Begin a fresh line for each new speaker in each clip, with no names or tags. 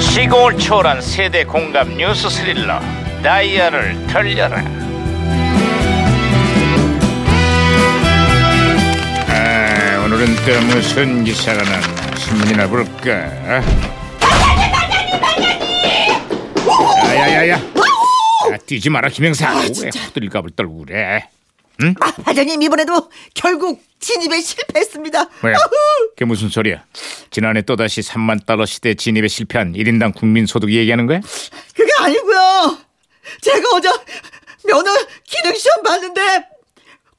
시공을 초월한 세대 공감 뉴스 스릴러 다이아를 돌려라 아, 오늘은 또 무슨 기사가 났나 신문이나 볼까 야야야야 아, 뛰지 마라 김영사 왜
진짜.
호들갑을떨 우래
아, 반장님 이번에도 결국 진입에 실패했습니다.
뭐야
어후,
그게 무슨 소리야 지난해 또다시 3만 달러 시대 진입에 실패한 1인당 국민소득 얘기하는 거야?
그게 아니고요. 제가 어제 면허 기능 시험 봤는데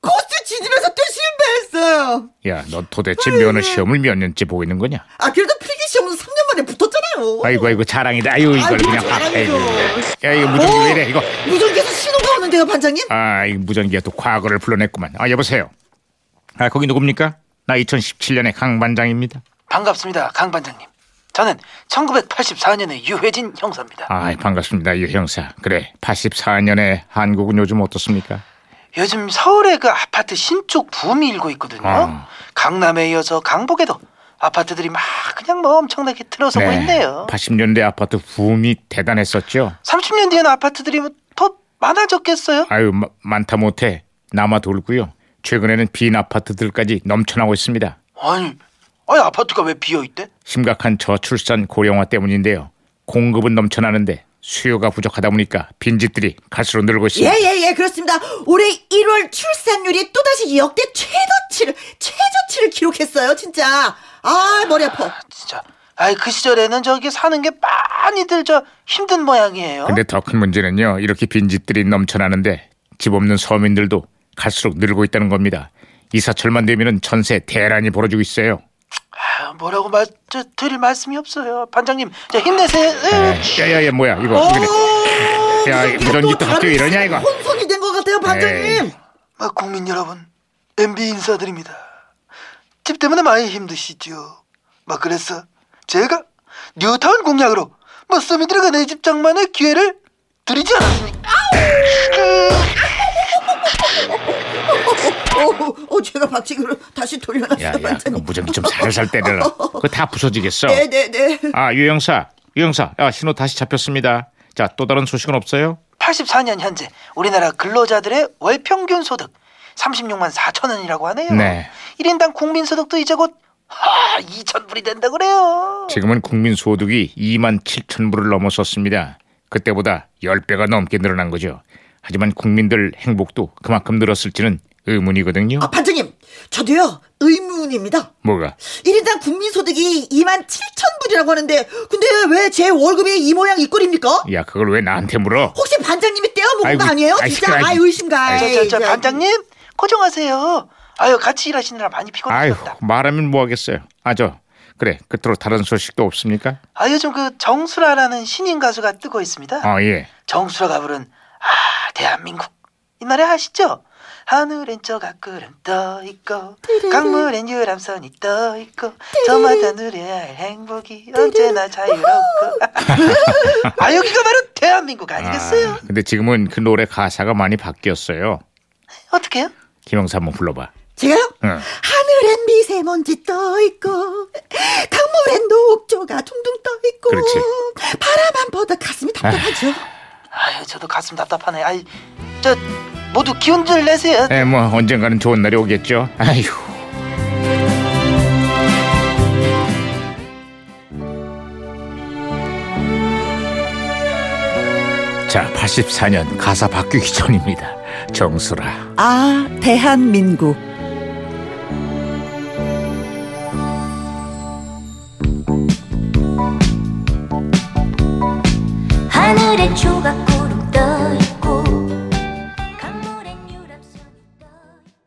코스 진입에서 또 실패했어요.
야, 너 도대체 면허 시험을 몇 년째 보고 있는 거냐?
아 그래도 필기 시험은 3년 만에 붙었잖아요.
아이고 아이고 자랑이다. 아유 이걸
아이고,
그냥 확
자랑이죠. 뭐?
아이고. 야 이거 무전기 왜 이래 이거.
어? 무전기에서 신호가 오는데요, 반장님?
아, 이 무전기가 또 과거를 불러냈구만. 아, 여보세요. 아, 거기 누굽니까? 나 2017년의 강 반장입니다.
반갑습니다, 강 반장님. 저는 1984년의 유해진 형사입니다.
아, 반갑습니다. 유 형사. 그래. 84년에 한국은 요즘 어떻습니까?
요즘 서울의 그 아파트 신축 붐이 일고 있거든요.
아.
강남에 이어서 강북에도 아파트들이 막 그냥 뭐 엄청나게 들어서고 있네요.
80년대 아파트 붐이 대단했었죠.
30년 뒤에는 아파트들이 뭐더 많아졌겠어요?
아유, 마- 많다 못해 남아 돌고요. 최근에는 빈 아파트들까지 넘쳐나고 있습니다.
아니, 아니 아파트가 왜 비어 있대?
심각한 저출산 고령화 때문인데요. 공급은 넘쳐나는데 수요가 부족하다 보니까 빈집들이 갈수록 늘고 있습니다.
예예예 그렇습니다. 올해 1월 출산율이 또다시 역대 최저치를 최저치를 기록했어요, 진짜. 아 머리 아파.
진짜. 아이 그 시절에는 저기 사는 게 많이들 저 힘든 모양이에요.
근데 더 큰 문제는요. 이렇게 빈집들이 넘쳐나는데 집 없는 서민들도 갈수록 늘고 있다는 겁니다. 이사철만 되면은 전세 대란이 벌어지고 있어요.
아, 뭐라고 말, 저, 드릴 말씀이 없어요. 반장님, 저 힘내세요.
네.
에이,
야야야 뭐야 이거 이거
어,
야,
무슨
무전기
예! 어, 또
또 갑자기
다른
이러냐, 이거?
혼선이 된 것 같아요,
에이.
반장님.
아, 국민 여러분, MB 인사드립니다. 집 때문에 많이 힘드시죠. 막 그래서 제가 뉴타운 공약으로 뭐 서민들과 내 집장만의 기회를 드리지 않았습니까?
어, 어, 제가 박치기로 다시 돌려놨어요.
야야 그거 무전기 좀 살살 때려라. 그거 다 부서지겠어.
예! 네네네.
아 유영사 유영사 야 신호 다시 잡혔습니다. 자 또 다른 소식은 없어요?
84년 현재 우리나라 근로자들의 월 평균 소득 36만 4천 원이라고 하네요.
네.
1인당 국민 소득도 이제 곧 하, 2천 불이 된다 그래요.
지금은 국민 소득이 2만 7천 불을 넘어섰습니다. 그때보다 10배가 넘게 늘어난 거죠. 하지만 국민들 행복도 그만큼 늘었을지는 의문이거든요.
아, 반장님, 저도요, 의문입니다.
뭐가?
1인당 국민소득이 2만 7천 불이라고 하는데, 근데 왜 제 월급이 이 모양 이 꼴입니까?
야 그걸 왜 나한테 물어?
혹시 반장님이 떼어먹은
아이고,
거 아니에요?
아이,
진짜,
시끄러워.
아이, 의심가.
저, 저, 저, 반장님 고정하세요. 아유 같이 일하시느라 많이
아휴
피곤하셨다.
말하면 뭐하겠어요. 아저 그래 끝으로 다른 소식도 없습니까?
아 요즘 그 정수라라는 신인 가수가 뜨고 있습니다.
아 예.
정수라가 부른 아 대한민국 이 노래 아시죠? 하늘엔 저가구름 떠 있고 강물엔 유람선이 떠 있고 저마다 누려야 할 행복이 언제나 자유롭고 아 여기가 바로 대한민국 아니겠어요?
아, 근데 지금은 그 노래 가사가 많이 바뀌었어요.
어떻게요?
김영사 한번 불러봐.
제가요?
응.
하늘엔 미세먼지 떠있고 강물엔 녹조가 둥둥 떠있고
그렇지.
바람만 보다 가슴이 답답하죠
아유 저도 가슴 답답하네. 아이 저 모두 기운들 내세요.
에 뭐 언젠가는 좋은 날이 오겠죠. 아휴. 자, 84년 가사 바뀌기 전입니다. 정수라.
아 대한민국
하늘의 조각구